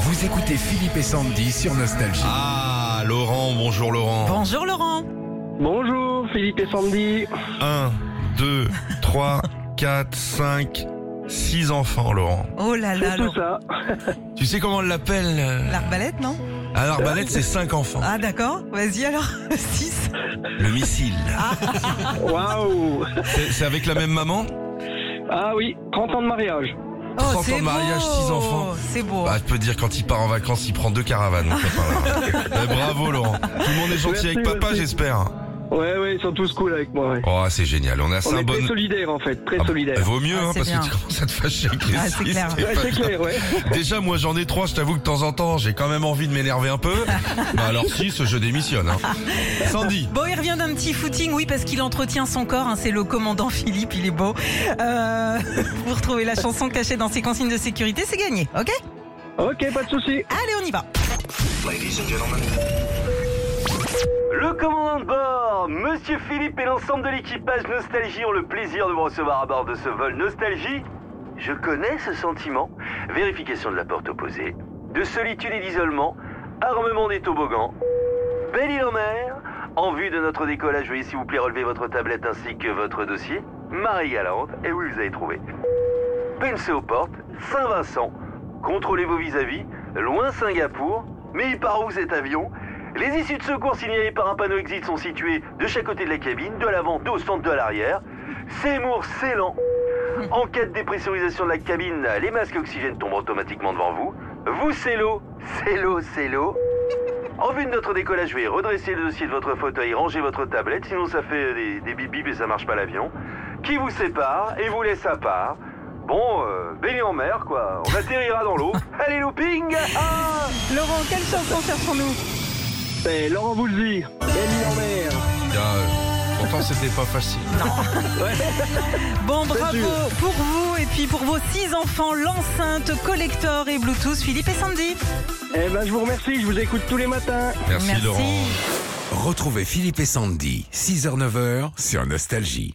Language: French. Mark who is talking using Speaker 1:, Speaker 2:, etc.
Speaker 1: Vous écoutez Philippe et Sandy sur Nostalgie.
Speaker 2: Ah, Laurent, bonjour Laurent.
Speaker 3: Bonjour Laurent.
Speaker 4: Bonjour Philippe et Sandy.
Speaker 2: 1, 2, 3, 4, 5, 6 enfants, Laurent.
Speaker 3: Oh là là,
Speaker 4: C'est tout
Speaker 3: Laurent.
Speaker 4: ça.
Speaker 2: Tu sais comment on l'appelle euh,
Speaker 3: L'arbalète, non
Speaker 2: À l'arbalète, c'est 5 enfants.
Speaker 3: Ah d'accord, vas-y alors. 6.
Speaker 2: Le missile.
Speaker 4: Waouh.
Speaker 2: C'est c'est avec la même maman
Speaker 4: Ah oui, 30 ans de mariage.
Speaker 2: 30 ans de mariage, six enfants.
Speaker 3: Oh, C'est beau.
Speaker 2: Bah, je peux te dire, quand il part en vacances, il prend deux caravanes. mon copain, là. Eh, bravo, Laurent. Tout le monde est gentil
Speaker 4: Merci,
Speaker 2: avec papa,
Speaker 4: merci.
Speaker 2: j'espère.
Speaker 4: Ouais, ouais, ils sont tous cool avec moi. ouais.
Speaker 2: Oh, c'est génial. On a
Speaker 4: On est
Speaker 2: cinq
Speaker 4: très
Speaker 2: bonnes.
Speaker 4: solidaires en fait, très
Speaker 2: Ah,
Speaker 4: solidaires.
Speaker 2: Vaut mieux,
Speaker 3: Ah,
Speaker 2: hein,
Speaker 3: c'est
Speaker 2: parce
Speaker 3: bien.
Speaker 2: que tu commences à te fâcher avec les
Speaker 3: Ah, c'est
Speaker 2: six,
Speaker 3: clair.
Speaker 2: t'es
Speaker 4: Ouais,
Speaker 2: pas
Speaker 4: c'est clair, ouais.
Speaker 2: Déjà, moi j'en ai trois, je t'avoue que de temps en temps, j'ai quand même envie de m'énerver un peu. Bah alors si, ce jeu démissionne. Hein. Sandy,
Speaker 3: Bon, il revient d'un petit footing, oui, parce qu'il entretient son corps. hein, c'est le commandant Philippe, il est beau. Euh, vous retrouvez la chanson cachée dans ses consignes de sécurité, c'est gagné, ok
Speaker 4: Ok, pas de souci.
Speaker 3: Allez, on y va.
Speaker 5: Le commandant de bord, Monsieur Philippe et l'ensemble de l'équipage Nostalgie ont le plaisir de vous recevoir à bord de ce vol Nostalgie. Je connais ce sentiment. Vérification de la porte opposée, de solitude et d'isolement, armement des toboggans, belle île en mer. En vue de notre décollage, veuillez s'il vous plaît relever votre tablette ainsi que votre dossier. Marie Galante, et oui, vous avez trouvé. Pensez aux portes, Saint-Vincent. Contrôlez vos vis-à-vis, loin Singapour. Mais il part où cet avion Les issues de secours signalées par un panneau exit sont situées de chaque côté de la cabine, de l'avant, de au centre, de à l'arrière. Seymour, c'est lent. En cas de dépressurisation de la cabine, les masques oxygène tombent automatiquement devant vous. Vous, c'est l'eau, c'est l'eau, c'est l'eau. En vue de notre décollage, je vais redresser le dossier de votre fauteuil, ranger votre tablette, sinon ça fait des, des bip bip et ça marche pas l'avion. Qui vous sépare et vous laisse à part. Bon, euh, baignez en mer, quoi. On atterrira dans l'eau. Allez, looping Ah
Speaker 3: Laurent, quelle chanson cherchons-nous
Speaker 4: C'est Ben, Laurent Boulzy. Belle en mer.
Speaker 2: Ah, euh, pourtant c'était pas facile.
Speaker 3: Bon,
Speaker 4: dur.
Speaker 3: bravo pour vous et puis pour vos six enfants, l'enceinte, collector et Bluetooth, Philippe et Sandy.
Speaker 4: Eh ben, je vous remercie, je vous écoute tous les matins.
Speaker 2: Merci Laurent.
Speaker 1: Retrouvez Philippe et Sandy, 6h-9h sur Nostalgie.